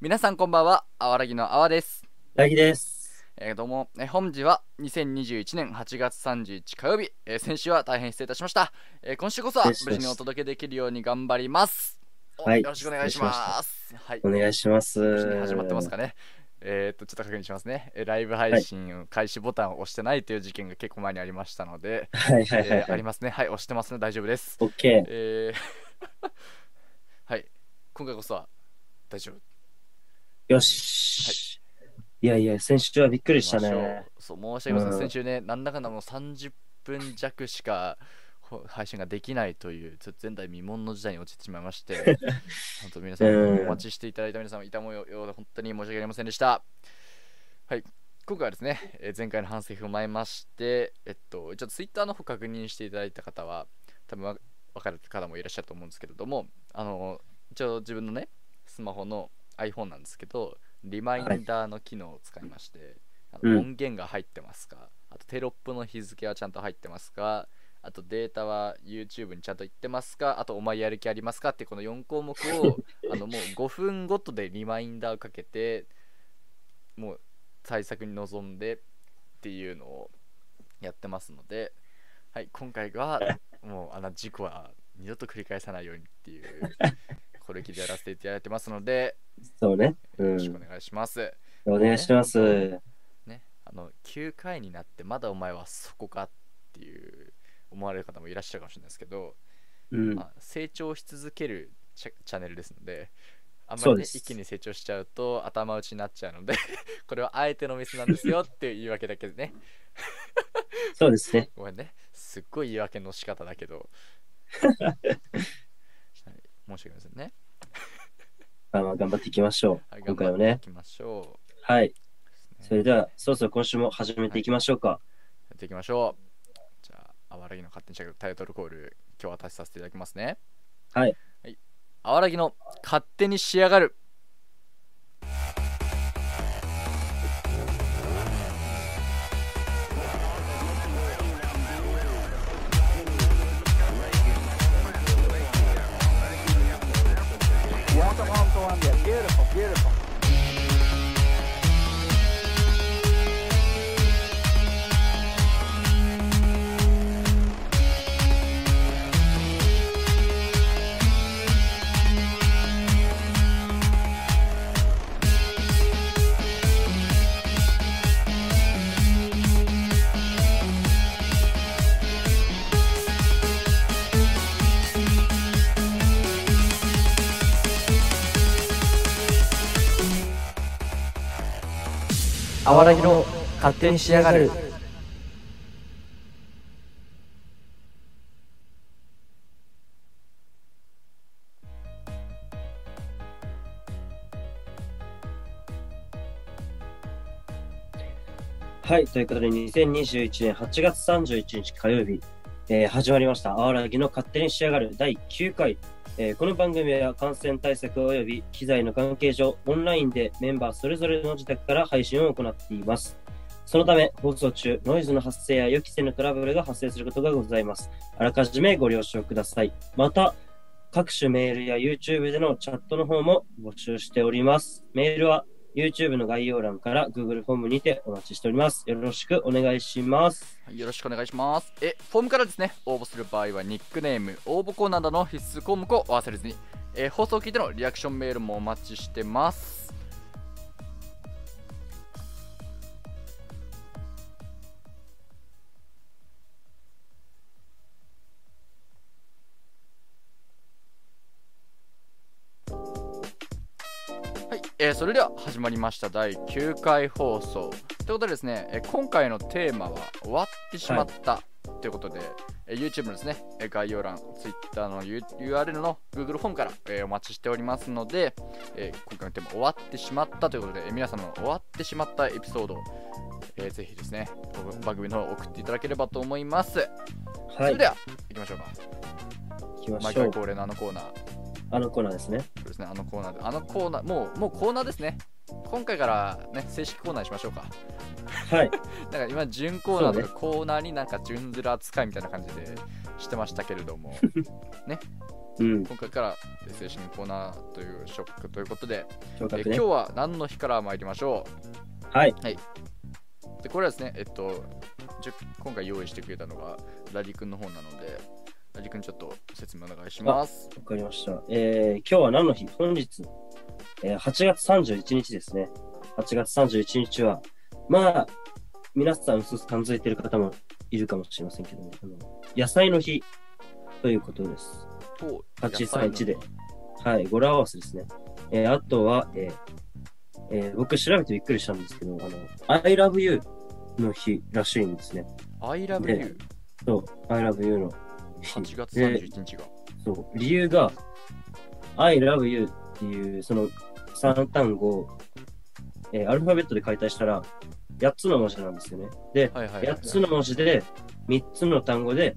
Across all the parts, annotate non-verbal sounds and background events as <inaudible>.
皆さんこんばんは、あわらぎのあわです。大輝です。えー、どうも、えー本日は2021年8月31日火曜日、えー先週は大変失礼いたしました。えー今週こそはよし無事にお届けできるように頑張ります。おはいよろしくお願いします。はいお、願いします。無事に始まってますかね。えー、っと、ちょっと確認しますね。えーライブ配信開始ボタンを押してないという事件が結構前にありましたので、はいはいはいえーはあいり。ますね。はい、押してますね。大丈夫です。オッケー。えー <laughs> はい、今回こそは大丈夫。よし。いやいや、先週はびっくりした行きまね。しょうそう、申し訳ございません。うん先週ね、なんだかんだもう30分弱しかほ配信ができないという、ちょっと前代未聞の事態に陥ってしまいま <laughs> して、本当皆さん、うんお待ちしていただいた皆様、いたもようで本当に申し訳ありませんでした。はい。今回はですね、えー前回の反省を踏まえまして、えっと、ちょっとツイッターの方確認していただいた方は、多分わ分かる方もいらっしゃると思うんですけれども、あの、一応自分のね、スマホの iPhone なんですけど、リマインダーの機能を使いまして、あのうん音源が入ってますか、あとテロップの日付はちゃんと入ってますか、あとデータは YouTube にちゃんと行ってますか、あとお前やる気ありますかってこの4項目 <laughs> をあのもう5分ごとでリマインダーをかけて、もう対策に臨んでっていうのをやってますので、はい、今回はもうあの事故は二度と繰り返さないようにっていう、これ気でやらせていただいてますので、そうね。うよろしくおん。願いします。お願いします。ね、あの9回になってまだお前はそこかっていう思われる方もいらっしゃるかもしれないですけど、うん。まあ、成長し続けるチャチャンネルですのであんまそうり、ね、です一気に成長しちゃうと頭打ちになっちゃうので <laughs> これはあえてのミスなんですよっていう言い訳だけでねそうですね。ごめんねすっごい言い訳の仕方だけど <laughs> はい申し訳ありませんね、まあまあ頑張っていきましょはうい。今頑回張はっていね。きましょはい。う、それでは、そろそろ今週も始めていきましょうか。やっていきましょう。じゃあ、あわらぎの勝手にしゃべるタイトルコール、今日渡しさせていただきますね。はい。はい、あわらぎの勝手に仕上がる。 Want them home Colombia. Beautiful, beautiful. あわらぎの勝手に仕上がる。はい、ということで、2021年8月31日火曜日、えー始まりました、あわらぎの勝手に仕上がる第9回。えーこの番組は感染対策及び機材の関係上、オンラインでメンバーそれぞれの自宅から配信を行っています。そのため、放送中、ノイズの発生や予期せぬトラブルが発生することがございます。あらかじめご了承ください。また、各種メールや YouTube でのチャットの方も募集しております。メールは YouTube の概要欄から Google フォームにてお待ちしております。よろしくお願いします。よろしくお願いします。え、フォームからですね、応募する場合はニックネーム、応募コーナーなどの必須項目を忘れずに、えー放送を聞いてのリアクションメールもお待ちしてます。はい、えーそれでは始まりました第9回放送。ということでですね、えー今回のテーマは終わってしまったということで、えー YouTube のですね、えー概要欄、Twitter の U- URL の Google フォームから、えーお待ちしておりますので、えー今回のテーマ終わってしまったということで、えー皆さんの終わってしまったエピソード、えーぜひですね、番組の方送っていただければと思います。そはれい、行では、行きましょうか。きま毎しょ回う。恒例のあのコーナー。あのコーナーですね。そうですね、あのコーナーで、あのコーナー、もう、もうコーナーですね。今回からね、正式コーナーにしましょうか。はい、だから今、準コーナーとかそ <laughs> コーナーになんか準ずる扱いみたいな感じでしてましたけれども、ね、うん、今回から正式にコーナーというショックということで、昇え格今ね日。は何の日から参りましょうはい、でこれはですねえっとじゅ今回用意してくれたのがラリ君の方なのでラリ君ちょっと説明お願いしますわかりました。えー今日は何の日本日、えー8月31日ですね。8月31日は、まあ、皆さん、うすうす感づいてる方もいるかもしれませんけどね。あの野菜の日ということです。と831で。はい、語呂合わせですね。えーあとは、えーえー僕調べてびっくりしたんですけど、あの、I love you の日らしいんですね。 I love you そう、I love you の日。 8月31日がそう、理由が、I love you っていう、その3単語を、えーアルファベットで解体したら、8つの文字なんですよね。で、はいはいはい8つの文字で、3つの単語で、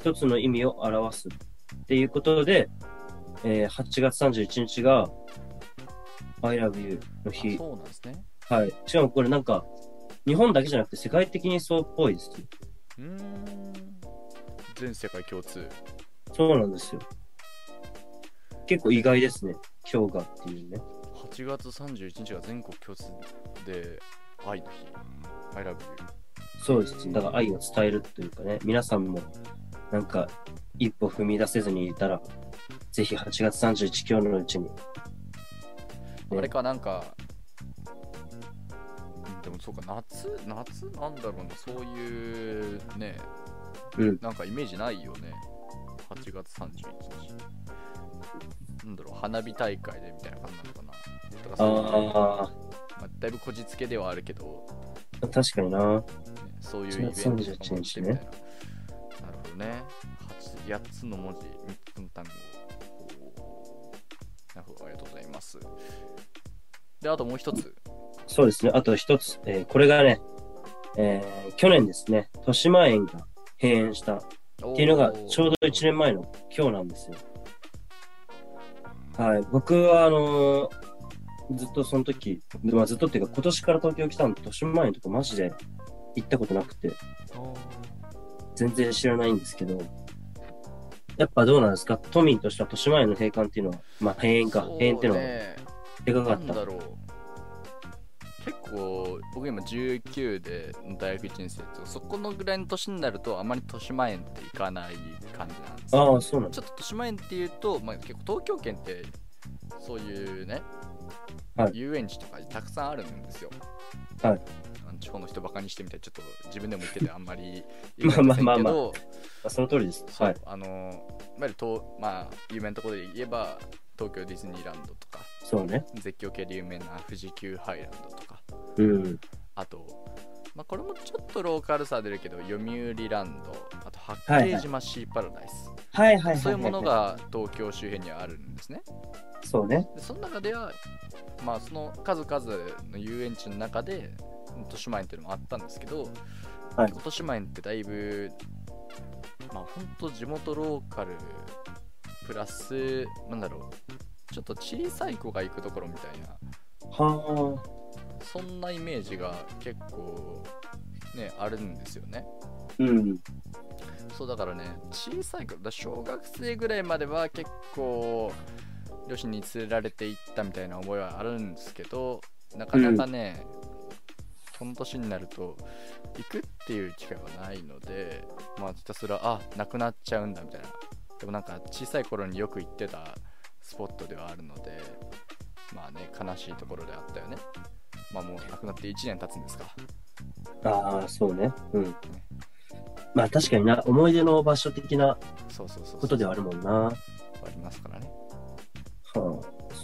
1つの意味を表すっていうことで、えー8月31日が、I love you あの日。そうなんですねはい。しかもこれなんか、日本だけじゃなくて世界的にそうっぽいですよ。うーん全世界共通そうなんですよ。結構意外ですね。今日がっていうね。 8月31日が全国共通で愛の日 I love you そうですね。だから愛を伝えるというかね、皆さんも、なんか、一歩踏み出せずにいたら、ぜひ8月31今日のうちに。あれかなんか、うんでもそうか、夏、夏なんだろうな、そういうね、うんなんかイメージないよね、8月31日。なんだろう、花火大会でみたいな感じなのかな。とかそういうあまあ、だいぶこじつけではあるけど、あ、確かにな。ねそういうイベントとかもしてみたいな。なるほどね。8, 8つの文字、3つの単語。おーなるほど、ありがとうございます。で、あともう一つ。そうですね。あと一つ、えーこれがね、えー去年ですね、豊島園が閉園したっっていうのが、ちょうど1年前の今日なんですよ。はい。僕は、あのーずっとその時、まあ、ずっとっていうか、今年から東京来たんで、豊島園とかマジで行ったことなくて、全然知らないんですけど、やっぱどうなんですか都民としては豊島園の閉館っていうのは、まあ閉園か、閉園っていうのはでかなかんった。だろう結構僕今19で大学1年生とそこのぐらいの年になるとあまり豊島園って行かない感じなんですよああ、そうなんちょっと豊島園っていうと、まあ、結構東京圏ってそういうね、はい遊園地とかたくさんあるんですよ。はいあの地方の人バカにしてみたいちょっと自分でも言っててあんまり言いまあまあまあまあませんけどだ。その通りです。そうはい。あのいわゆると、まあ、有名なところで言えば東京ディズニーランドとかそうね。絶叫系で有名な富士急ハイランドとかうん。あと、まあ、これもちょっとローカルさ出るけど読売ランドあと八はい景はい島シーパラダイス、はいはいはいはい、はい。そういうもの。が東京周辺にはあるんですねそうね。でその中では、まあ、その数々の遊園地の中で豊島園っていうのもあったんですけど、はい豊島園ってだいぶ、まあ、本当地元ローカルプラスなんだろうちょっと小さい子が行くところみたいなはあ。そんなイメージが結構ねあるんですよねうん。そうだからね小さい頃だ小学生ぐらいまでは結構両親に連れられて行ったみたいな覚えはあるんですけどなかなかね、この年になると行くっていう機会はないのでまあひたすらあなくなっちゃうんだみたいなでもなんか小さい頃によく行ってたスポットではあるのでまあね悲しいところであったよねまあもうなくなって1年経つんですかああ、そうね。うん。まあ確かにな、思い出の場所的なそうそうそうそうことではあるもんな。はありますからねあ。そ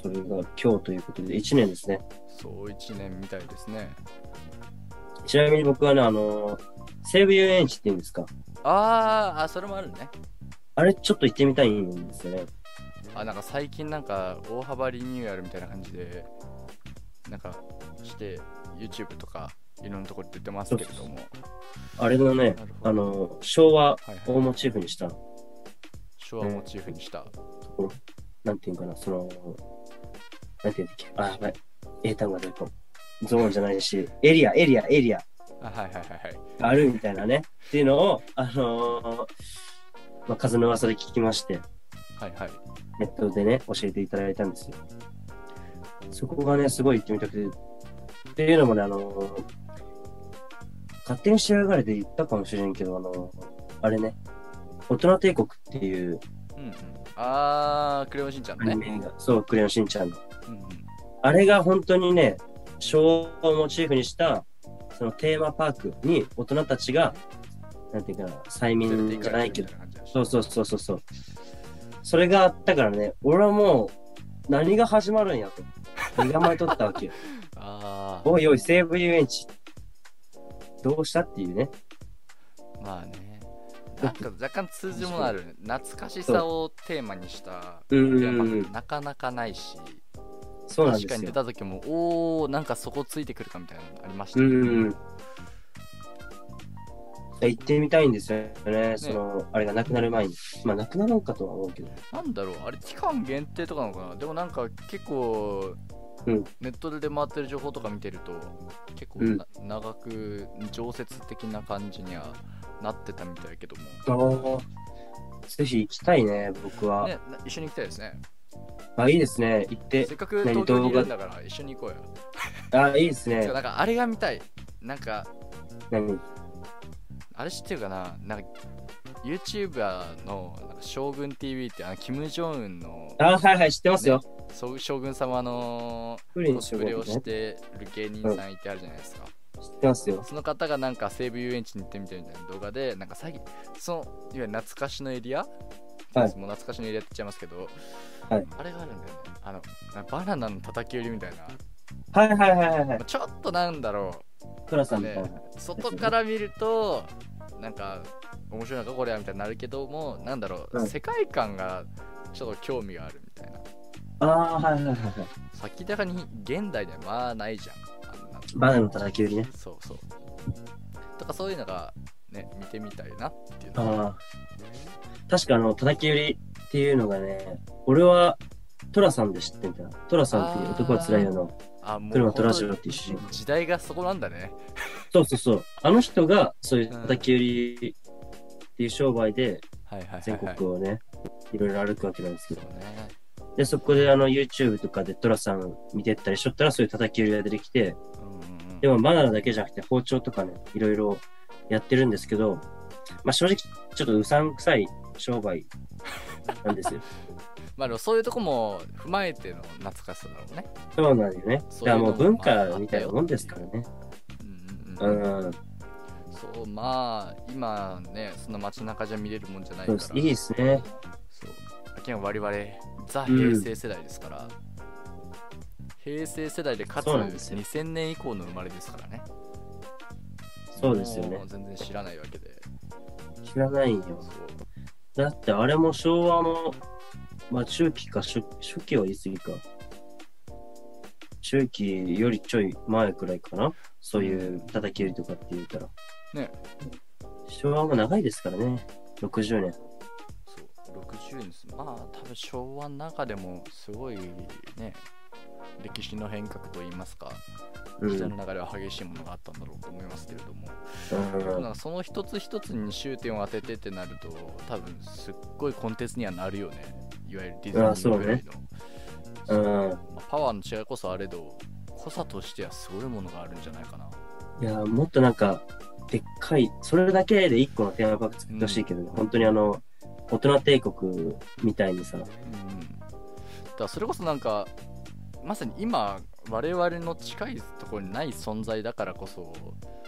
れが今日ということで、1年ですね。そう1年みたいですねちなみに僕はね、あのー西武遊園地って言うんですか。あーあそれもあるねあれちょっと行ってみたいんですよね。あなんか最近なんか大幅リニューアルみたいな感じでなんかして YouTube とかいろんなところで出てますけれどもあれのなねる、ほどあの、昭和はいはいをモチーフにした、昭和をモチーフにしたなんていうんかな、その、なんていうんだっけ、あ、やばい、英単語が出るかも。ゾーンじゃないし、エリア、エリア、エリア、あはいはいはいはいがあるみたいなね、っていうのを、あのーまあ、風の噂で聞きまして、はいはい。ネットでね、教えていただいたんですよ。そこがね、すごい行ってみたくて。っていうのもね、あの、勝手に仕上がれで言ったかもしれんけど、あの、あれね、大人帝国っていううんうん。あー、クレヨンしんちゃんアのニね。メが、そう、クレヨンしんちゃんの。うんうん。あれが本当にね、昭和をモチーフにした、そのテーマパークに大人たちが、なんていうかな、催連れ眠てじ行ゃかなれいてけるどみ、たいな感じだしそうそうそうそうそう。それがあったからね、俺はもう何が始まるんやと。身構えとったわけよ。 <laughs> あー、おいおい、西武遊園地、どうしたっていうね。まあね。なんか若干通じもあるね。懐かしさをテーマにしたうテーマってん、なかなかないし、そうなん確でかすに出よ。た時も、おー、なんかそこついてくるかみたいなのありましたうね。ん。行ってみたいんですよね、その、あれがなくなる前に。まあ、なくなるんかとは思うけど。なんだろうあれ期間限定とかなのかなでもなんか結構、うんネットで出回ってる情報とか見てると結構うんな、長く常設的な感じにはなってたみたいけども、ああ。ぜひ行きたいね、僕は。ね、な一緒に行きたいですねあ、いいですね。行ってせ。っかく何東京にいるんだから一緒に行こうよあ、いいですてねか。なんかあれが見たいなんか何あれ知ってるかななんか YouTuber のなんか将軍 TV ってあのキム・ジョンウンのあ、はいはい、知ってますよ。そう将軍様のプリコンしスようプレをねし。てる芸人さんいてあるじゃないですか、知ってますよ。その方がなんか西武遊園地に行ってみたいみたいな動画でなんか最近そのいわゆる懐かしのエリア、はいもう懐かしのエリアって言っちゃいますけど、はいあれがあるんだよねあのなバナナの叩き売りみたいな、はいはいはいはいはまいあ。ちょっとなんだろトラさうんみたいねな。外から見るとなんか面白いのかこれはみたいになるけどもなんだろう、はい世界観がちょっと興味があるみたいなああ、はいはいはいはい。先高に現代ではまあないじゃんあんなのバナナの叩き売りね。そうそうとかそういうのがね見てみたいなっていうのがああ。確かあの、叩き売りっていうのがね、俺はトラさんで知ってんだよ。トラさんっていう男は辛いよの。あもう車とラジオって一緒本当に時代がそこなんだねそうそうそう。あの人がそういう叩き売りっていう商売ではいはいはい、全国をね、いろいろ歩くわけなんですけそうど。ねで、そこであの YouTube とかでトラさん見てったりしとったらそういう叩き売りが出てきて、うんうんうんでもバナナだけじゃなくて包丁とかね、いろいろやってるんですけど、まあ正直ちょっとうさんくさい商売な <laughs> んですよ。まあでもそういうとこも踏まえての懐かしさだろうねそうなんだよね。だそかういうのらももう文化みたいなもんですからね。うんううんうん、ん。そうまあ今ねそんな街中じゃ見れるもんじゃないそかうらですいいですね。そう秋山我々ザうん平成世代ですから、平成世代でかつそうなんですよ2000年以降の生まれですからねそうですよねもう全然知らないわけで知らないよ。そうだってあれも昭和の、まあ中期か初初期は言い過ぎか。中期よりちょい前くらいかな。そういう叩き売りとかって言ったら。ね昭和も長いですからね。60年。そう60年ですまあ多分昭和の中でもすごいね歴史の変革といいますかう時代ん。の流れは激しいものがあったんだろうと思いますけれども、うんなんかその一つ一つに終点を当ててってなると多分すっごいコンテンツにはなるよねいわゆるディズニあそうーねぐらいの、うんまあパワーの違いこそあれど濃さとしてはすごいものがあるんじゃないかないやーもっとなんかでっかいそれだけで一個のテーマパーク作ってほしいけどね、本当にあの大人帝国みたいにさうんだからそれこそなんかまさに今我々の近いところにない存在だからこそ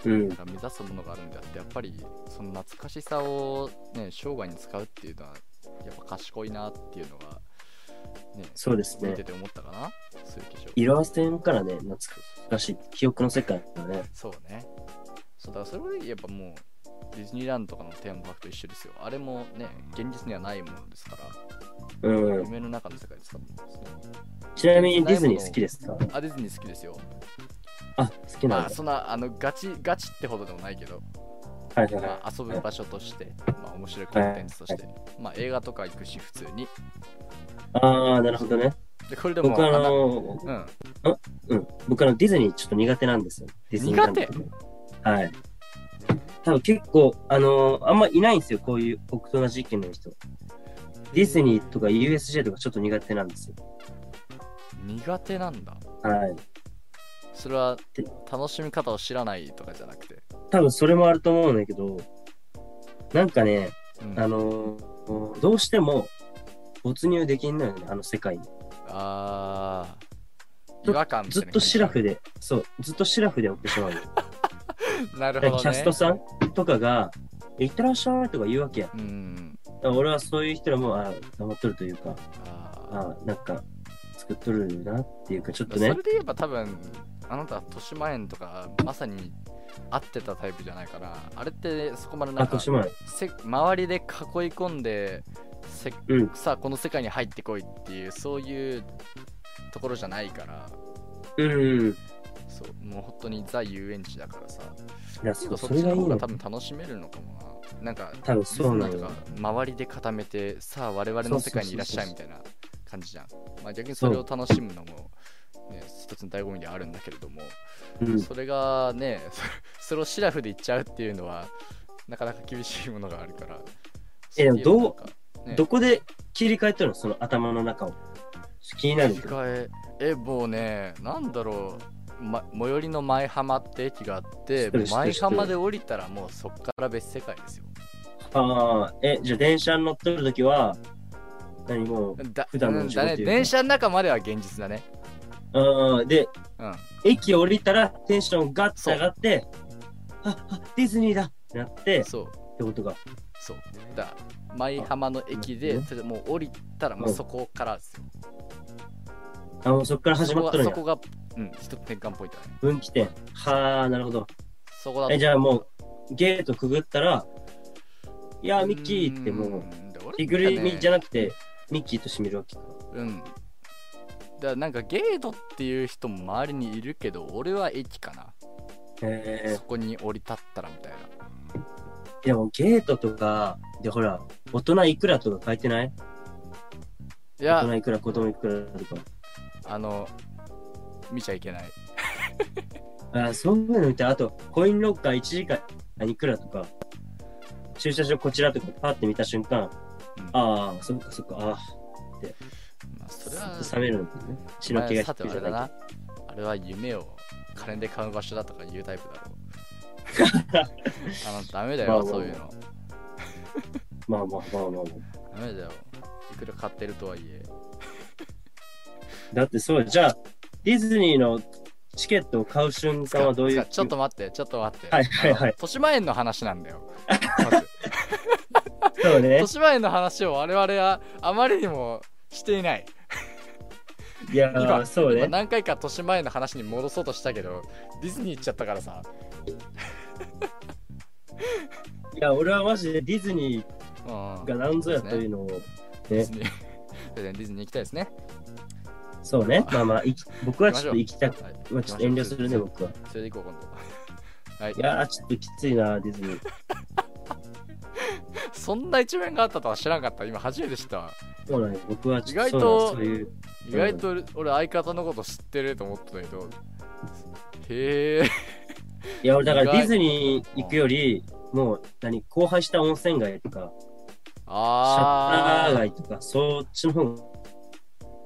うん目指すものがあるんであってやっぱりその懐かしさを、ね、生涯に使うっていうのはやっぱ賢いなっていうのが、ね、そうです見ねてて思ったかなそういう化粧色あせんからね懐かしい記憶の世界だねそうねそうだからそれはやっぱもうディズニーランドとかのテーマパークと一緒ですよあれもね現実にはないものですからうん夢の中の世界ですからそのちなみにディズニー好きですかあディズニー好きですよあ好きまなんあだそんなあのガチガチってほどでもないけどはいはいまはあ、遊ぶ場所として、まあ、面白いコンテンツとして、まあ、映画とか行くし普通にいああなるほどねでこれでも僕ああののうん、うん僕あのディズニーちょっと苦手なんですよディズニーランド苦はい多分結構あのあんまいないんですよこういう僕と同じ意見の人ディズニーとか USJ とかちょっと苦手なんですよ。苦手なんだはい。それは楽しみ方を知らないとかじゃなくて、多分それもあると思うんだけど、なんかね、うんあのーどうしても没入できんのよね、あの世界に。あーず違和感みたいずなっとシラフでで、そう、ずっとシラフで追ってしまうの。なるキほど、ね、ャストさんとかが、いってらっしゃいとか言うわけや。うん俺はそういう人らも、あ頑張っとるというか、あーあなんか、作っとるなっていうか、ちょっとそれねで、言えば多分あなた豊島園とかまさに合ってたタイプじゃないからあれってそこまでなあ、んか年前。せ周りで囲い込んでせうん。さあこの世界に入ってこいっていうそういうところじゃないからうんうん。いそうもう本当にザ遊園地だからさや、そう、そそっちれがのいい方がの多。分楽しめるのかもななんか多分そうなディズニーのとか。周りで固めてさあ我々の世界にいらっしゃいみたいな感じじゃん、まあ、逆にそれを楽しむのも、ね、一つの醍醐味ではあるんだけれども、うん。それがね <laughs> それをシラフで言っちゃうっていうのはなかなか厳しいものがあるからえでもどうそういうなんかどこで切り替えとるのその頭の中を。気になる切り。替ええもうねなんだろう、ま、最寄りの舞浜って駅があって知ってる知ってる舞浜で降りたらもうそっから別世界ですよああ、え、じゃあ電車に乗っとるときは、何もう、だ普段のうん仕事だねというか電車の中までは現実だねあーで、うん駅降りたらテンションガッと上がって、あ、あ、ディズニーだってなって、っそうてことが。そうだ舞浜の駅うでんそれでもう降りたらもうそこからですよあ、もうそっから始まっとるんそや。こがそこがうん一つ転換ポイントだね分岐点。はあ、なるほど。そこだえ、じゃあもう、ゲートくぐったら、いやー、ミッキーってうもんでう、俺着ぐるみじゃななくて、ミッキーとして見るわけか。うんだからなんかゲートっていう人も周りにいるけど俺は駅かな、えそこに降り立ったらみたいなー、でもゲートとか、でほら、大人いくらとか書いてないい大や人いくら、子供いくらとか。あの見ちゃいけないあそういうの見て、あと、コインロッカー1時間いくらとか、駐車場こちらとかパって見た瞬間、うんああ、そっかそっか、ああ、まあそれは冷めるんだね。血まのあ気がさ引てはくあれじゃだないなあれは夢を金で買う場所だとか言うタイプだろう <laughs> あのダメだよ、まあまあそういうのまあまあまあまあまあ。ダメだよいくら買ってるとはいえだってそう、じゃあ、ディズニーのチケットを買う瞬間はどういつうかちょっと待ってちょっと待ってはいはいはいあの豊島園の話なんだ <laughs> よまずそうね豊。島園の話を我々はあまりにもしていないいや今ー、そう今ね。何回か豊島園の話に戻そうとしたけどディズニー行っちゃったからさ、いや、俺はマジでディズニうんーが何ぞやというのを、ディねズ、ニー <laughs> ディズニー行きたいですねそうね。まあまあ、いき僕は行きまちしょょうっと行きたく、はいまあちょっと遠慮するね、行きましょ僕は。うそれで行こう今度 <laughs> はいいやー、ちょっときついな、ディズニー。そんな一面があったとは知らなかった今初めて知ったわそうなんよ僕はちょっ意外とそうなんよそういう。意外と俺相方のこと知ってると思ってたけどへえいや、俺だから意デ外ィズニー行くより、もう、何、荒廃した温泉街とか、シャッタあーー街とか、そっちの方が、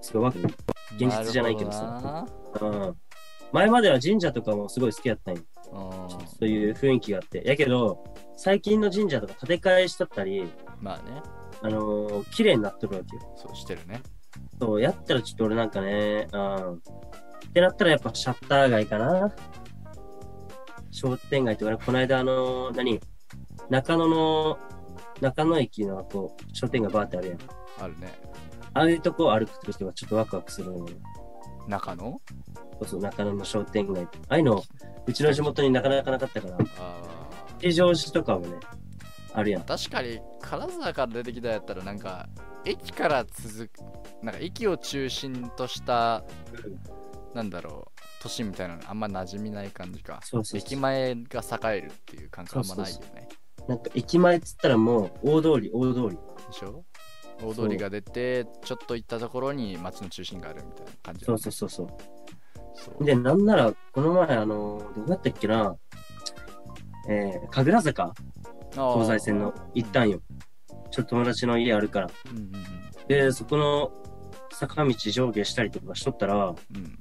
すごいわけ。現実じゃないけどさなるうん。前までは神社とかもすごい好きやったんよ。ほどなうんそういう雰囲気があって。やけど、最近の神社とか建て替えしとったり、まあねあのー綺麗になっとるわけよ。そうしてるねそう、やったらちょっと俺なんかね、うん。ってなったらやっぱシャッター街かな。商店街とかね、この間あのー何中野の、中野駅のこう、商店街バーってあるやん。あるねああいうとこを歩くときはちょっとワクワクするのよ。中野そうそう、中野の商店街。ああいうの、うちの地元になかなかなかったから、あー吉祥寺とかもね、あるやん。確かに金沢から出てきたやったらなんか駅から続くなんか駅を中心としたなんだろう都市みたいなのあんま馴染みない感じかそうそうそう駅前が栄えるっていう感覚あんまないよねなんか駅前っつったらもう大通り、大通り。でしょ大通りが出てちょっと行ったところに町の中心があるみたいな感じそうそうそうそう。そうで、なんなら、この前、あのーどこだったっけな、えー、神楽坂あー東西線の行ったんよ。ちょっと友達の家あるから。うんうんで、そこの坂道上下したりとかしとったら、うんうん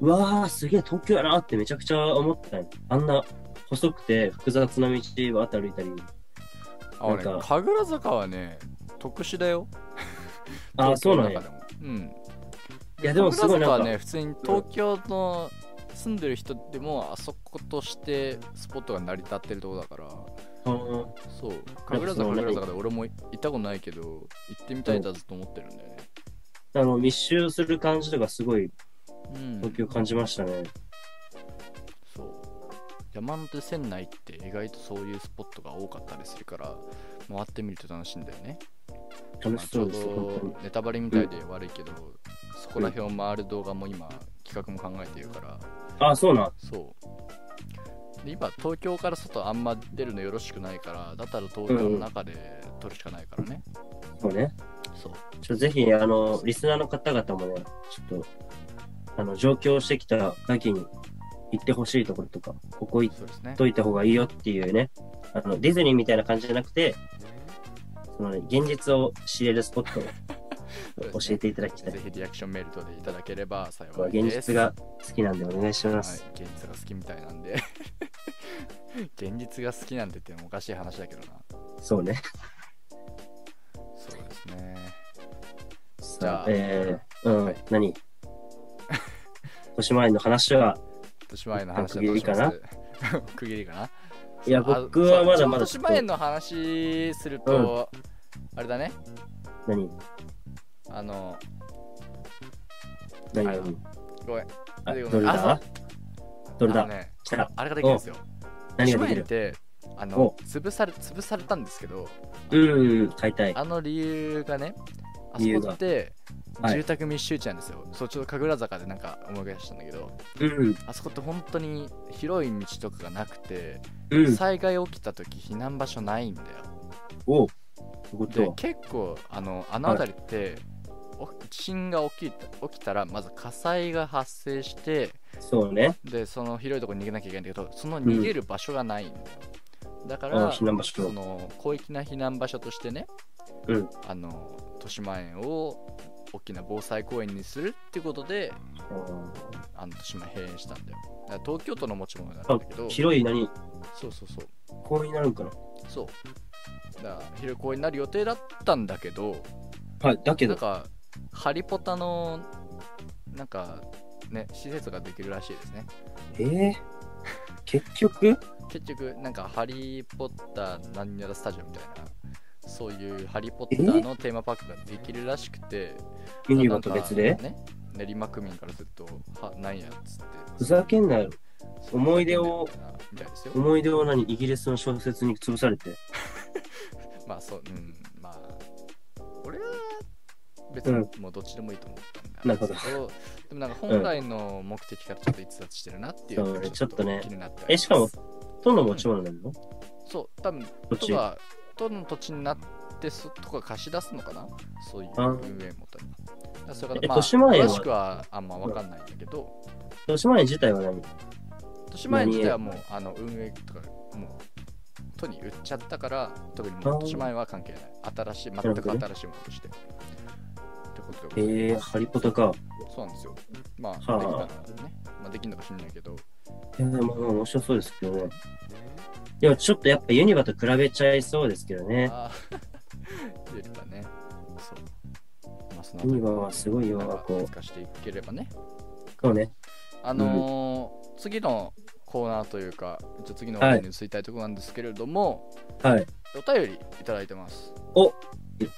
うわー、すげえ東京やなってめちゃくちゃ思ったよ。あんな細くて複雑な道を渡歩いたり。あ俺なんか神楽坂はね特殊だよあー、そうなんや東。京の中でもうんいや、でもすごいな神ん楽坂はか、ね普通に東京の住んでる人でもあそことしてスポットが成り立ってるとこだからうんそう神楽坂は神楽坂で俺も行ったことないけど行ってみたいだずっと思ってるんだよねあの密集する感じとかすごいうん東京感じましたね。そう山手線内って意外とそういうスポットが多かったりするから回ってみると楽しいんだよね楽しそうでまあす、ちょ本う当にど。ネタバレみたいで悪いけど、そこら辺を回る動画も今企画も考えてるからあ、そうなん。そうで今東京から外あんま出るのよろしくないからだったら東京の中で撮るしかないからね、そうね。そうちょっとぜひ、あの、リスナーの方々もね、ちょっと、あの、上京してきた時に行ってほしいところとか、ここ行っそうですねといた方がいいよっていうね、あの、ディズニーみたいな感じじゃなくて、そのね、現実を知れるスポット <laughs> を教えていただきたいぜ。ひリアクションメール等でいただければ幸いで現す実が好きなんでお願いしまはい、す。現実が好きみたいなんで <laughs> 現実が好きなんて言ってもおかしい話だけどなそうね。そうですねじゃさああ、えー、うん、はい <laughs> 何年前の話は、年前の話は区切りかどなうします <laughs> 区切りかないや、あ僕はまだまだそちうょっちょうど年前と、の話すると、あれだね何あの何あれ何ごめんあでごめんどれあだどれあだのね来た。あれができるんですよ何ができ姉妹るってあのお潰され潰されたんですけどうん、買いたい。あの理由がねあそ理由こがってはい住宅密集地なんですよ、そうちょうど神楽坂でなんか思い出したんだけどうん、あそこって本当に広い道とかがなくて、うん。災害起きた時避難場所ないんだよおう。ってこでと結構あのあの辺りって、お地震が起きた起きたらまず火災が発生してそうね。でその広いところに逃げなきゃいけないんだけどその逃げる場所がないんだよ、だからあ避難場所その広域な避難場所としてね、うんあの豊島園を大きな防災公園にするってことであの豊島園閉園したんだよだから東京都の持ち物なんだけど広い何そうそうそう公園になるんかなそうだから昼公演になる予定だったんだけどはい、だけなんど、かハリポタのなんかね施設ができるらしいですねえー、結局結局なんかハリー・ポッター何やらスタジオみたいなそういうハリー・ポッターのテーマパークができるらしくてミニバと別で、なんかね練馬区民からするとはなんやっつってふざけんなよ。思い出をみたいですよ思い出を何イギリスの小説に潰されて。まあそううんまあ俺は別にもうどっちでもいいと思ったんだけどでもなんか本来の目的からちょっと逸脱してるなっていうのそうがねちょっとね気になってはいますえ、しかも、どの持ち物なのそう多分どっ都ちが都の土地になってそとか貸し出すのかなそういうあ運営元にだからそれがえまあ豊島園詳はしくはあんま分かんないんだけど豊島園自体は何豊島園自体はもうあの運営とかもう都に売っちゃったから特にもうあー豊島園は関係ない新しい全く新しいものとしてってことでございますえー、ハリポタか。そうなんですよ。まあ、できたあらね。まあ、できるのかしんないけど。いや、まあまあ面白そうですけどね。でもちょっとやっぱユニバと比べちゃいそうですけどね。ああ、 <laughs> 出るかね。そう。まあ、そのユニバはすごいよ、なんかこ化していければね。う。そうね。あのー次のコーナーというか、じゃあ次の話題に移りたいところなんですけれども、はい。お便りいただいてます。お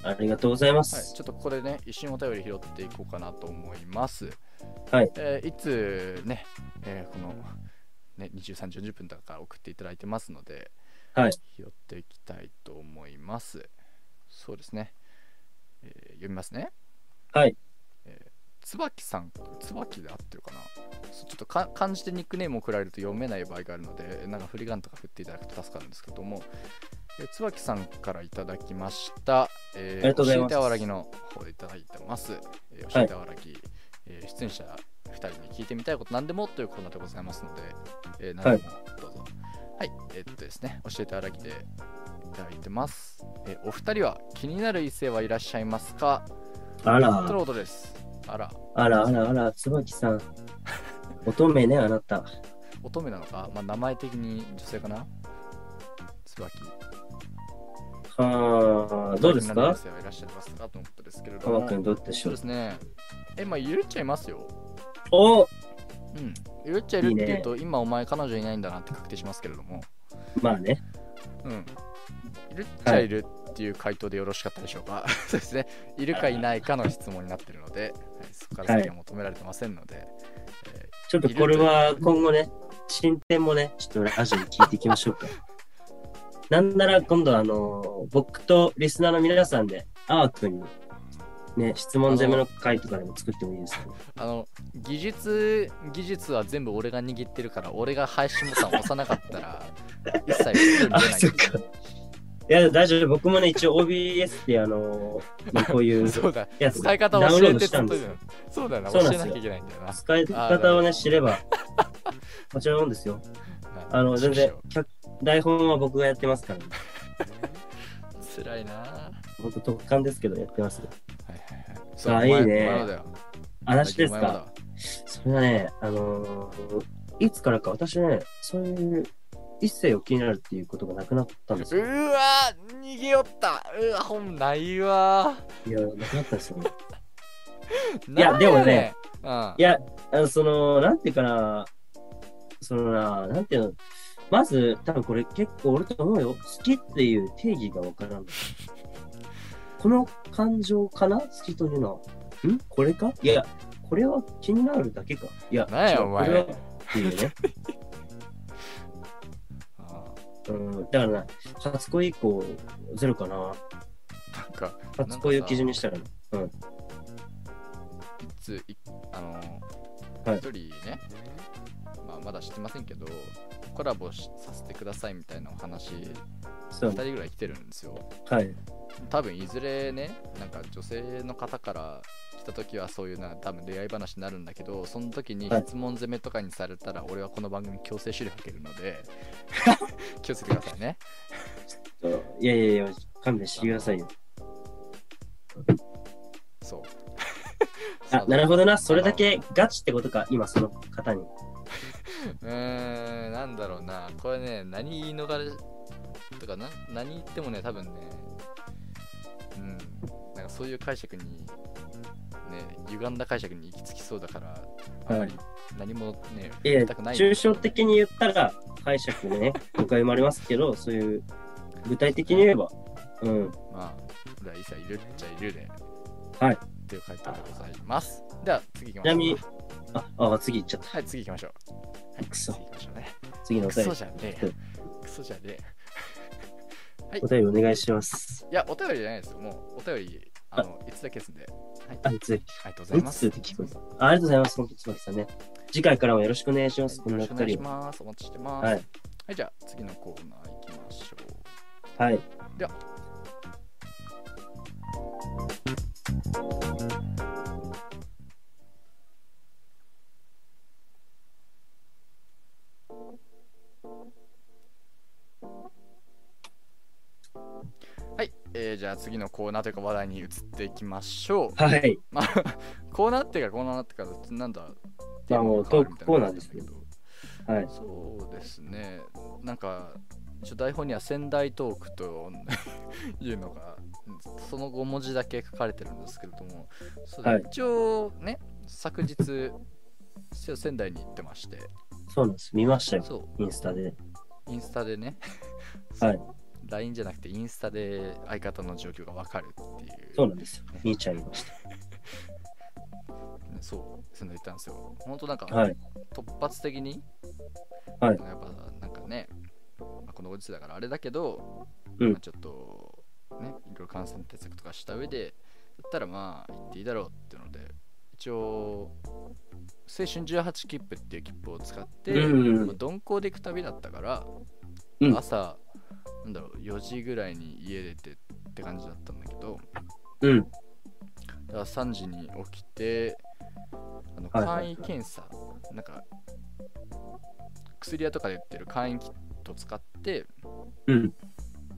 ありがとうございまはい、す。ちょっとここでね、一瞬お便り拾っていこうかなと思います。はい。えーいつね、えーこの、ね、23時40分だから送っていただいてますので、はい拾っていきたいと思います。そうですね。えー読みますね。はい。えー椿さん、椿で合ってるかなそうちょっとか漢字でニックネームを送られると読めない場合があるので、なんか振り仮名とか振っていただくと助かるんですけども、えー椿さんからいただきました。えーありがとうござい教えますてあわらぎの方でいただいてます。えー、教えてあわらぎ、えー出演者2人に聞いてみたいこと何でもというコーナーでございますので、えー何でもどうぞ。はい、えーっとですね、教えてあらぎで、いただいてますえお二人は気になる異性はいらっしゃいますかあとのら、ことですあらあら、あら、あら、椿さん。乙女ね、あなた。乙女なのか、まあ、名前的に女性かな椿あーどうです気になるか異性はいらっしゃいますかとのことですけれど浜も君、どうでしそうょうですねえまあ許っちゃいますよおうん許っちゃいるっていいいねうと今お前彼女いないんだなって確定しますけれどもまあね。うん。いるっちゃいるっていう回答でよろしかったでしょうか。 <laughs> そうですね。いるかいないかの質問になってるので、はいそこから先は求められてませんので、えちょっとこれは今後ね、進展もね、ちょっとラジオに聞いていきましょうか。 <laughs> なんなら今度、あの、僕とリスナーの皆さんで、あーくんに、ね、質問攻めの回とかでも作ってもいいですか、ーあの技術技術は全部俺が握ってるから、俺が配信ボタン押さなかった <laughs> ら一切出ない。あそっかいや、大丈夫。僕もね、一応 OBS って、<laughs> あの、こういうそうだ。やつ、使い方ダウン教ロえードてしってたこんとでだすよよ。そうだな、そう教なえんですよなきゃいけないんだよな。使い方をね、知れば、もちろんですよ。あの、全然、客台本は僕がやってますから、ね、辛いな。は僕特感ですけど、やってます。いはいはい。あーいいねお前お前のだよ話ですお前のだかわそれはね、あのーいつからか私ね、そういう一世を気になるっていうことがなくなったんですうよ。ーわー逃げよったうわ本ないわいや、なくなったんですよね。ーいやでもね、なんやねんうん、いや、あのその、なんていうかな、そのな、なんていうの、まず、多分これ結構俺と思うよ。好きっていう定義がわからん。この感情かな好きというのは。んこれかいや、これは気になるだけか。いや、なんや違うお前これはっていうね。あうん、だからな、初恋以降、ゼロかな。ーなんか初恋を基準にしたらね。いついあのーはい一、人ね、まあ、まだ知ってませんけどコラボしさせてくださいみたいなお話そ2うね。人ぐらい来てるんですよはい。多分いずれねなんか女性の方から来た時はそういうな多分恋愛話になるんだけどその時にはい質問攻めとかにされたら、俺はこの番組強制終了かけるの <laughs> で <laughs> 気をつけてくださいねいやいやいや、勘弁してくださいよ。そう。あ、なるほどな。それだけガチってことか、今その方に。うーん、なんだろうな。これね、何言い逃れとかな、何言ってもね、多分ね、うん、なんかそういう解釈に、ね、歪んだ解釈に行き着きそうだから、あんまり何もね、いやたくない抽象的に言ったら解 <laughs> 釈ね、誤解もありますけど、そういう具体的に言えば、うん、まあ、俺は一切いるっちゃいるで、はいっていう回答でございます。では、次行きまちなしみょうにか。あ、あ、次行っちゃっはい、次行きましょう。た。く次そ、行きましょうね。次のおク便ソり、じゃねえや。クソじゃねえ。お便りお願いします。いや、お便りじゃないですよ。もう、お便り、あの、いつだけですんで。あ、つい、ありがとうございいます。つよって聞こえた。あありがとうございます、本当椿さんね。次回からもよろしくお願いしまろす、しこんなくお願い二し人を。ます。お待ちしてます。ははいい、、じゃあ、次のコーナー行きましょう。はい。はい、えー、じゃあ次のコーナーというか話題に移っていきましょう。はい。まあ、コーナーっていうか、コーナーっていうか、なんだ、まあもうテマが変わるみたいなトークコーナーですけどはい。そうですね、なんか、一応台本には仙台トークと <laughs> いうのが、その5文字だけ書かれてるんですけれども、そうはい一応ね、昨日、せ仙台に行ってまして、そうなんです。見ましたよ、そインスタで。う、インスタでね、 <laughs> はい。 LINE じゃなくてインスタで相方の状況がわかるっていう、そうなんですよ。見ちゃいましそう、仙台行ったんですよ。本当なんか、た。はい。突発的に、はいやっぱなんかね、まあ、このご時世だからあれだけど、うんまあちょっとねいろいろ感染対策とかした上でだったらまあ行っていいだろうっていうので一応青春18切符っていう切符を使って、うんまあ鈍行で行く旅だったから、うん朝なんだろう4時ぐらいに家出てって感じだったんだけどうん。だから3時に起きてあのはいはいは簡い易検査、なんか薬屋とかで売ってる簡易キットを使ってうん。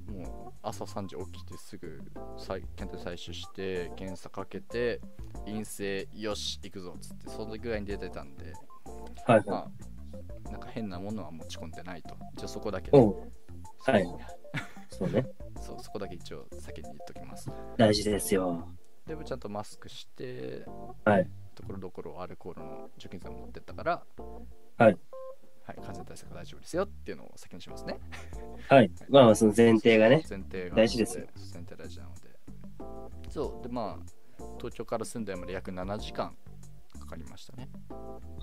も朝3時起きてすぐ再検体採取して検査かけて陰性よし行くぞっつってそのぐらいに出てたんではいはい。まあなんか変なものは持ち込んでないと一応そこだけおそうはい。そうね。そうそこだけ一応先に言っときます大事ですよ。でもちゃんとマスクして、はいところどころアルコールの除菌剤を持ってったから、はいはい、感染対策大丈夫ですよっていうのを先にしますね。はい。まあまあ、その前提がね。前提が大事ですよ。前提大事なので。そう、でまあ、東京から仙台まで約7時間かかりましたね。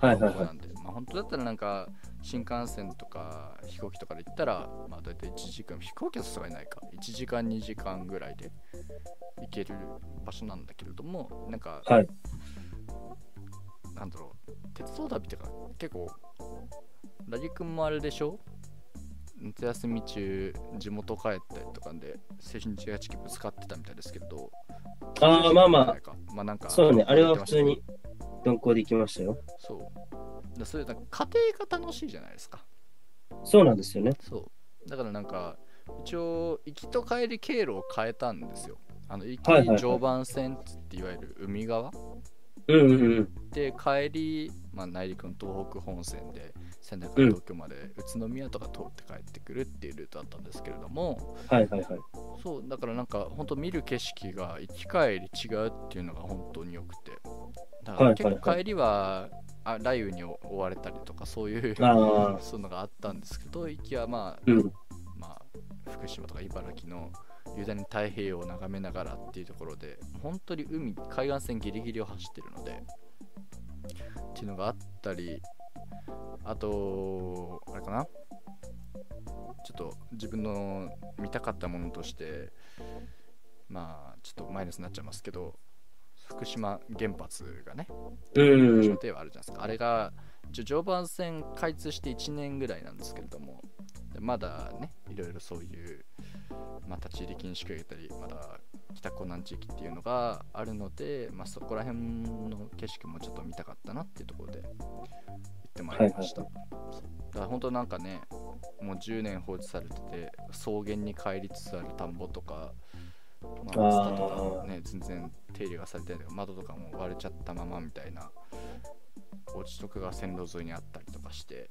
はいはいそうはなんで、まあ、本当だったらなんか新幹線とか飛行機とかで行ったら、まあ、大体1時間、飛行機はさすがにないか、1時間、2時間ぐらいで行ける場所なんだけれども、なんか、はいなんだろう、鉄道旅ってか、結構、ラギ君もあれでしょ夏休み中、地元帰ったりとかで、青春18期ぶつかってたみたいですけど、い。ああ、まあまなあい、かまあなんか、そうね。あれは普通に鈍行で行きましたよ。そう。だそういうなんか家庭が楽しいじゃないですか。そうなんですよね。そう。だからなんか、一応、行きと帰り経路を変えたんですよ。あの行はいはいはきい常磐線っつっていわゆる海側うんうんうん。で帰り、まあ、内陸の東北本線で仙台から東京まで宇都宮とか通って帰ってくるっていうルートだったんですけれどもはいはいはい。そうだからなんか本当見る景色が行き帰り違うっていうのが本当に良くてだから結はいはいは構い帰りはあ雷雨に追われたりとかそういうああ、そういうのがあったんですけど行きはまあうん。まあ、福島とか茨城の雄大に太平洋を眺めながらっていうところで本当に海海岸線ギリギリを走ってるのでっていうのがあったりあとあれかなちょっと自分の見たかったものとしてまあちょっとマイナスになっちゃいますけど福島原発がねう福島ん。といえばあるじゃないですか、あれが一応常磐線開通して1年ぐらいなんですけれどもでまだねいろいろそういう、まあ、立ち入り禁止区域だったりまだ北湖南地域っていうのがあるので、まあ、そこら辺の景色もちょっと見たかったなっていうところで行ってまいりました、そうだから本当なんかねもう10年放置されてて草原に帰りつつある田んぼとか、まあ、あーツタとかね全然手入れがされてないとか窓とかも割れちゃったままみたいなお家とかが線路沿いにあったりとかして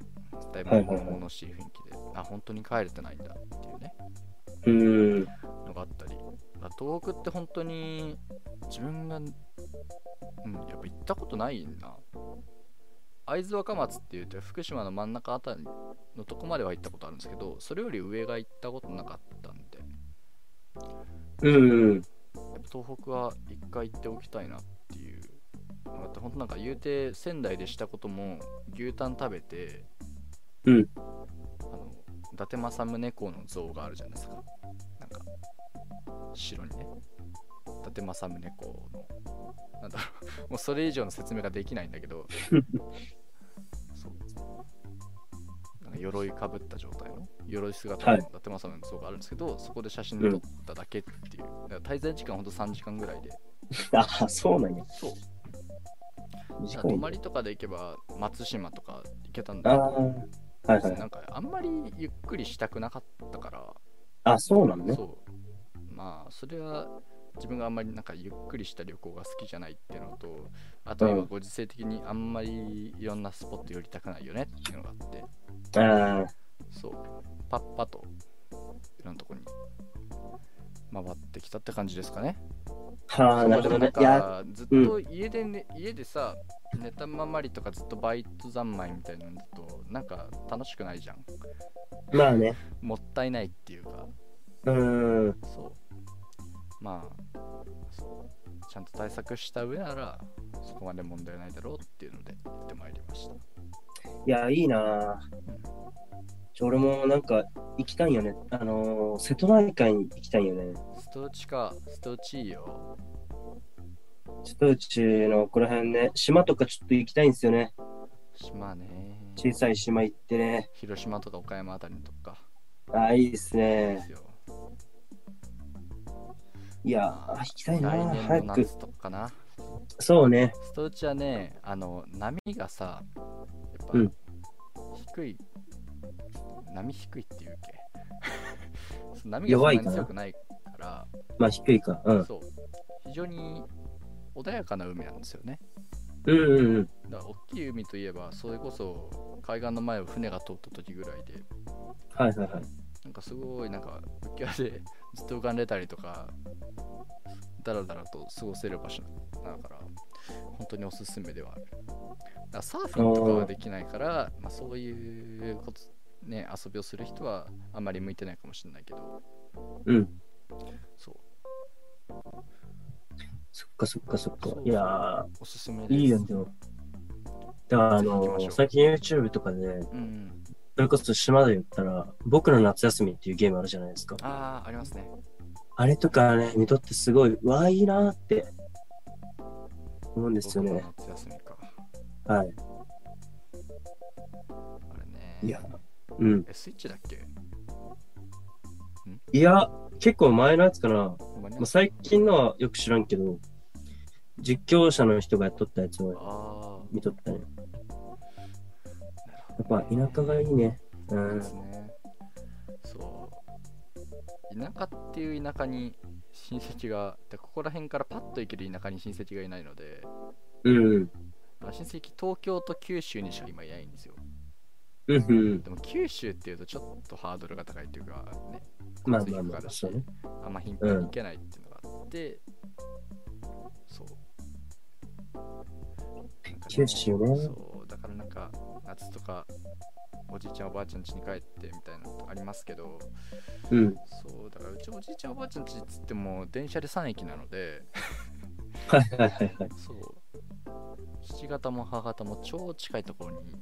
だいぶはいはいはい物々しい雰囲気で、あ本当に帰れてないんだっていうねうん。のがあったりだから東北って本当に自分が、うん、やっぱ行ったことないな会津若松っていうと福島の真ん中あたりのとこまでは行ったことあるんですけどそれより上が行ったことなかったんでうん。やっぱ東北は一回行っておきたいなっていうだって本当なんか言うて仙台でしたことも牛タン食べてうんあの伊達政宗公の像があるじゃないですかなんか城にね伊達政宗公のなんだろうもうそれ以上の説明ができないんだけ <laughs> どそうなんか鎧かぶった状態の鎧姿のはい伊達政宗の像があるんですけど、そこで写真撮っただけっていう、だから滞在時間ほんと3時間ぐらいでああ、そうなんや。そうだから短泊いまね。りとかで行けば松島とか行けたんああだけど、はいはいは。ないんかあんまりゆっくりしたくなかったからあそうなのね。そうまあそれは自分があんまりなんかゆっくりした旅行が好きじゃないっていうのとあとう今んご時世的にあんまりいろんなスポット寄りたくないよねっていうのがあってああ、そうパッパといろんなとこに回ってきたって感じですかねはあ、なるでほどもなんね。いや、かずっと家で、ね家でさ寝たままりとかずっとバイト三昧みたいなのだとなんか楽しくないじゃんまあね。もったいないっていうかうん。そうまあそうちゃんと対策した上ならそこまで問題ないだろうっていうので行ってまいりましたいや、いいなぁちょ俺もなんか行きたいよね。あのー、瀬戸内海に行きたいよね。ストーチかストーチいいよ瀬戸内のこの辺ね、島とかちょっと行きたいんですよね。島ね小さい島行ってね。広島とか岡山あたりのとこかああ、いいですでね。すよいやー、行きたい来なぁ年の早く。夏とかかなそうね。ストーチはね、あの波がさ、やっぱ、うん低い、波低いっていうっけ波 <laughs> がそんなに強くないから、まあ低いか。うん。そう非常に穏やかな海なんですよね。うんうんうん。だから大きい海といえば、それこそ海岸の前を船が通った時ぐらいで、はいはいはい。なんかすごいなんか浮き輪でずっと浮かんでたりとか、だらだらと過ごせる場所だから、本当におすすめではある。だからサーフィンとかはできないから、まあ、そういうこと、ね、遊びをする人はあんまり向いてないかもしれないけど、うん。そう、そっかそっかそっかそう。いやおすすめでー、す。いいやん、でも。だからあ行きましょのう最近 YouTube とかで、うん。それこそ島で言ったら、僕の夏休みっていうゲームあるじゃないですか。ああ、ありますね。あれとかね、見とってすごい、うわあ、いいなーって思うんですよね。僕の夏休みか。はい。あれね。いや。うん。え、スイッチだっけいや、結構前のやつかな。ほんまにまあ、最近のはよく知らんけど、実況者の人がやっとったやつをあ見とったね。あ。なやるっほぱどね田舎がいいね。うそうんで。すね。そう。田舎っていう田舎に親戚が、でここら辺からパッと行ける田舎に親戚がいないので、うん。あ親戚東京と九州にしか今いないんですよ。うんうん。でも九州っていうとちょっとハードルが高いというか、ね、ま交あまあ通費かまかあ、るしそうね。あんま頻繁に行けないっていうのがあって、そう。なんかね九州ねそう、だからなんか、夏とか、おじいちゃん、おばあちゃん家に帰ってみたいなのありますけど、うん。そう、だからうちおじいちゃん、おばあちゃん家っつっても、電車で3駅なので、はいはいはいはい。そう、父方も母方も超近いところに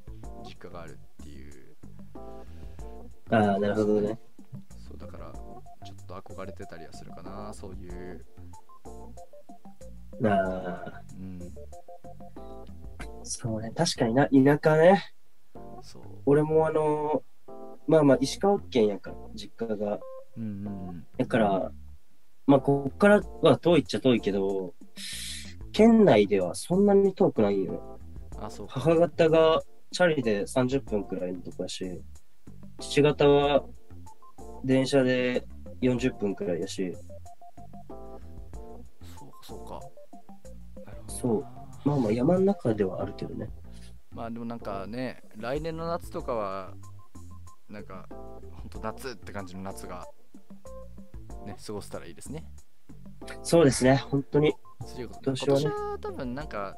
実家があるっていう。ああ、なるほどね。そうだからちょっと憧れてたりはするかなそういう、なあうん、ー、そうね。確かにな、田舎ね。そう俺もあのまあまあ、石川県やから、実家が。うんうんうんだから、まあ、こっからは遠いっちゃ遠いけど、県内ではそんなに遠くないよね。あそうか母方がチャリで30分くらいのとこやし、父方は電車で40分くらいやし、そうかそうかなるほどなそうまあまあ山の中ではあるけどね。まあでもなんかね来年の夏とかはなんかほんと夏って感じの夏がね過ごせたらいいですねそうですね、本当に。そういうこと、ね、今今年年はねは多分なんか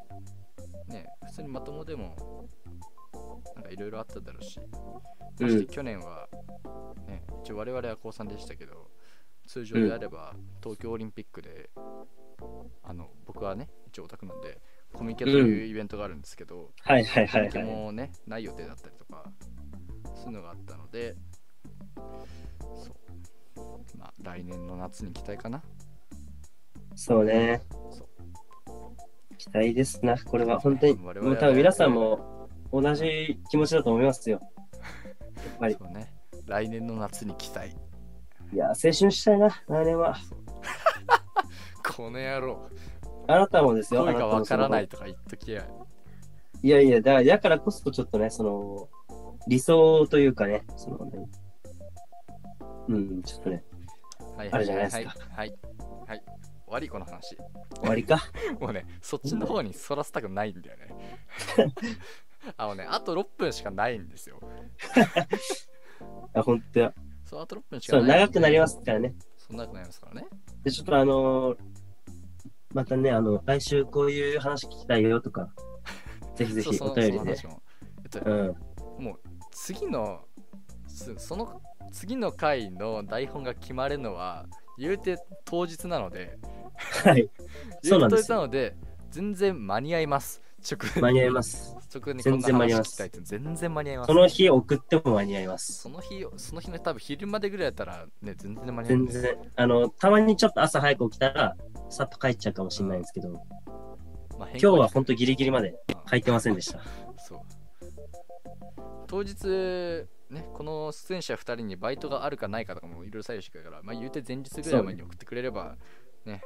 ね普通にまともでもなんかいろいろあっただろうしうましてん、去年は、ね、一応我々は高3でしたけど通常であれば東京オリンピックで、あの僕はね一応オタクなんでコミケというイベントがあるんですけど、はいはいはコいミケはい。もねない予定だったりとかそういうのがあったのでそうまあ来年の夏に期待かなそうねそう。期待ですな、これは本当に。我々はもう多分皆さんも同じ気持ちだと思いますよ。やっぱり。そうね来年の夏に期待いや、青春したいな、来年は。そうこの野郎あなたもですよ。声あがたもわからなそいとか言っときやの。いやいや、だだからこそちょっとね、その、理想というかね、その、ね、うん、ちょっとね、はいあはるいじゃはないいですはいかはい、はい、終わりこの話終わりか。もうねそっちの方にそらしたくないんだよ <laughs> ねあのねあと6分しかないんですよあ、本当や。そうあと6分しかそなう、い長くなりますからね。そんな長くなりますからねで、ちょっとあのーまたね、あの、来週こういう話聞きたいよとか、ぜひぜそうひそおの便りそでの話。もえっとうん。次のすその次の回の台本が決まるのは言うて当日なのではい。言そううなて当んで日すなよ。ので全然間に合います直間に合い <laughs> ます。直にこんな全然間に合話聞いまきすたいって全然間に合いますその日送っても間に合います。その日、その日の多分昼までぐらいだったらね、全然間に合うん全です然、あの、たまにちょっと朝早く起きたら、さっと帰っちゃうかもしれないんですけど、まあ、今今日は本当ギリギリまで書い。いてませんでした。そう。当日、ね、この出演者2人にバイトがあるかないかとかもいろいろ左右してくるから、まあ言うて前日ぐらい前に送ってくれれば、ね、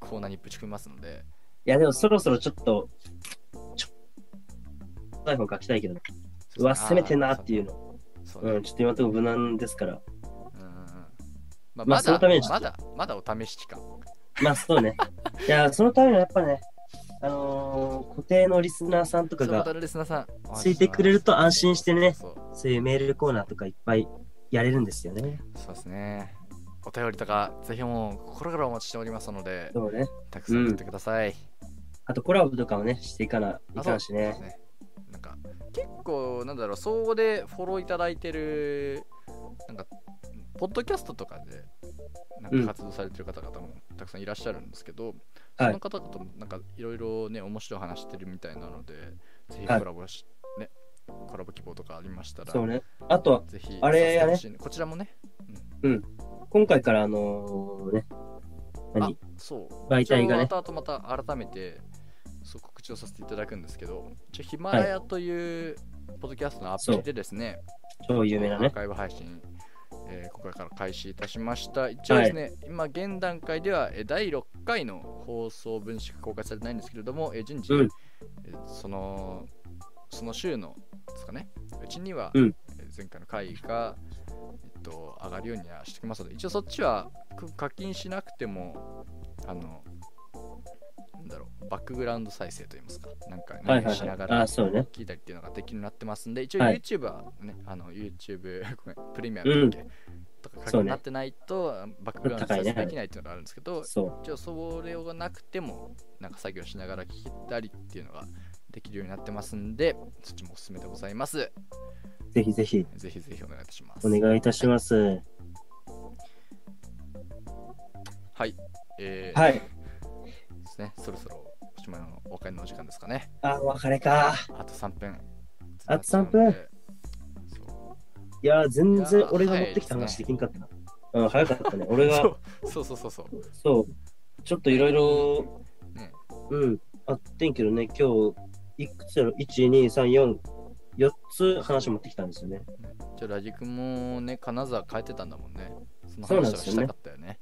コーナーにぶち込みますので、いや、でもそろそろちょっと、ちょ台本書きたいけど、うわ、攻めてんなっていうの。そうね。うん、ちょっと今のところ無難ですから。うんうんうんまあ、まあまそだのためにちょまっとだまだお試し期間まあそ <laughs> うね。いや、そのためにはやっぱね、あのー固定のリスナーさんとかそうまたがのリスナーさんお願しますついてくれると安心してね、そうそういうメールコーナーとかいっぱいやれるんですよね。そうですねお便りとかぜひもう心からお待ちしておりますのでそうね。たくさん送ってください、あとコラボとかもね、していかないあかんしそねう。ですなんか結構なんだろう総合でフォローいただいてるなんかポッドキャストとかでなうんんか活動されてる方々もたくさんいらっしゃるんですけど、はいその方々もなんかいろいろね面白い話してるみたいなのでぜひコはいラボし、ねコラボ希望とかありましたらそうね。あとは、ぜひあれやねさせてほしいこちらもね、うん今回からあのーね、何あそう媒体がね一応後々また改めてそう告知をさせていただくんですけど一応ヒマラヤというポッドキャストのアプリでですね、超有名なアーね。カイブ配信、えー今回から開始いたしました。一応ですね、今現段階ではえー第6回の放送分しか公開されてないんですけれども、えー順次、うんえーそのその週のですかね、うちには、うんえー前回の回が、えっと、上がるようにはしてきますので、一応そっちはく課金しなくても、あの、なんだろうバックグラウンド再生といいますか、なんか、はいはいしながはい。らあ、そうね。聞いたりっていうのができるようになってますんで、一応はい YouTube はね、あの YouTube <laughs> ごめんプレミアムだっけとかそうねになってないと、バックグラウンド再高生いねできないっていうのがあるんですけど、そう。一応それがなくても、なんか作業しながら聞いたりっていうのができるようになってますんで、そっちもおすすめでございます。ぜひぜひ、ぜひぜひお願いいたします。お願いいたします。はい。えー、。はいい。ですね、そろそろおしまいのお別れのお時間ですかね。あ、お別れか。あと3分。あと3分そう。いやー、全いや然ー俺が持ってきた話できんかったな。うん、早かったね。俺がそ、うそうそうそうそう。そう、ちょっといろいろ、ねうん、あってんけどね、今日、いくつやろ ?1、2、3、4、4つ話持ってきたんですよね。じゃあラジ君もね金沢帰ってたんだもんねそのそうな話はんですしよねたかったよね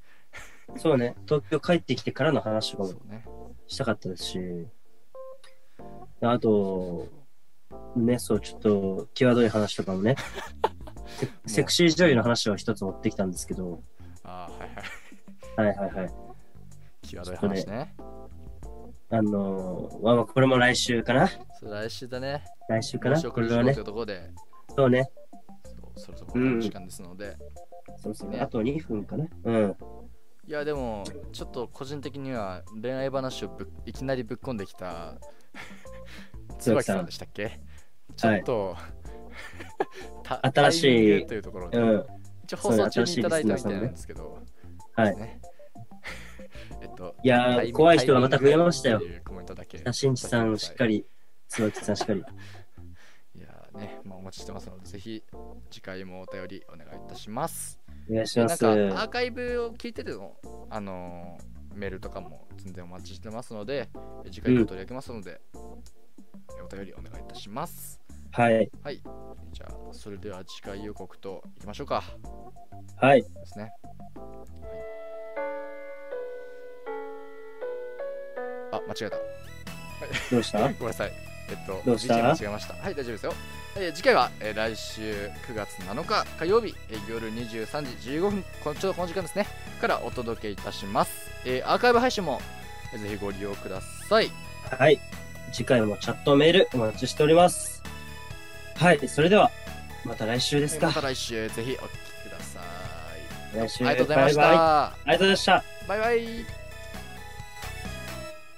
そうね、東京帰ってきてからの話とかそうもねしたかったですし、あと、ね、そう、ちょっと、際どい話とかもね、セセクシー女優の話を一つ持ってきたんですけど、あ <laughs> あはいはいはいはいはい。際どい話ねあのー、まあまあこれも来週かなそれ来週だね来週か面な白こくれしよはうねとい、うところでそうね、そうそろそろこの時間ですので、そうですねね。あと2分かな。うん。いやでもちょっと個人的には恋愛話をぶっいきなりぶっこんでき <laughs> た椿さんでしたっけちょっと、た新しい <laughs> タイミングというところで、うん。一応放送中にそうね新しいいただいたみたいリスナーさんねなんですけど、はいね <laughs> えっといやタイミンー、グ怖い人がまた増えましたよタイ。ミングっていうコメントだけ新地さんしっかり、椿さんしっかり。いやーね、まあ、お待ちしてますので、ぜひ次回もお便りお願いいたします。お願いしでまなんす。かアーはカイブを聞いてての、あのーメールとかも全然お待ちしてますので、次回も取り上げますので、お便りお願いいたします。い。じゃあ、それでは次回予告といきましょうか。はい。ですね。はい、あ、間違えた。どうしたごめんなさい。えっと、どうした BGM 間違えました。はい、大丈夫ですよ。えー次回は、えー来週9月7日火曜日、えー夜23時15分この、ちょうどこの時間ですね、からお届けいたします。えーアーカイブ配信も、えーぜひご利用ください。はい。次回もチャットメールお待ちしております。はい。それでは、また来週ですまたか。来週、ぜひお聞きください。来週。ありがとうございました。バイバイありがとうございました。バイバイ。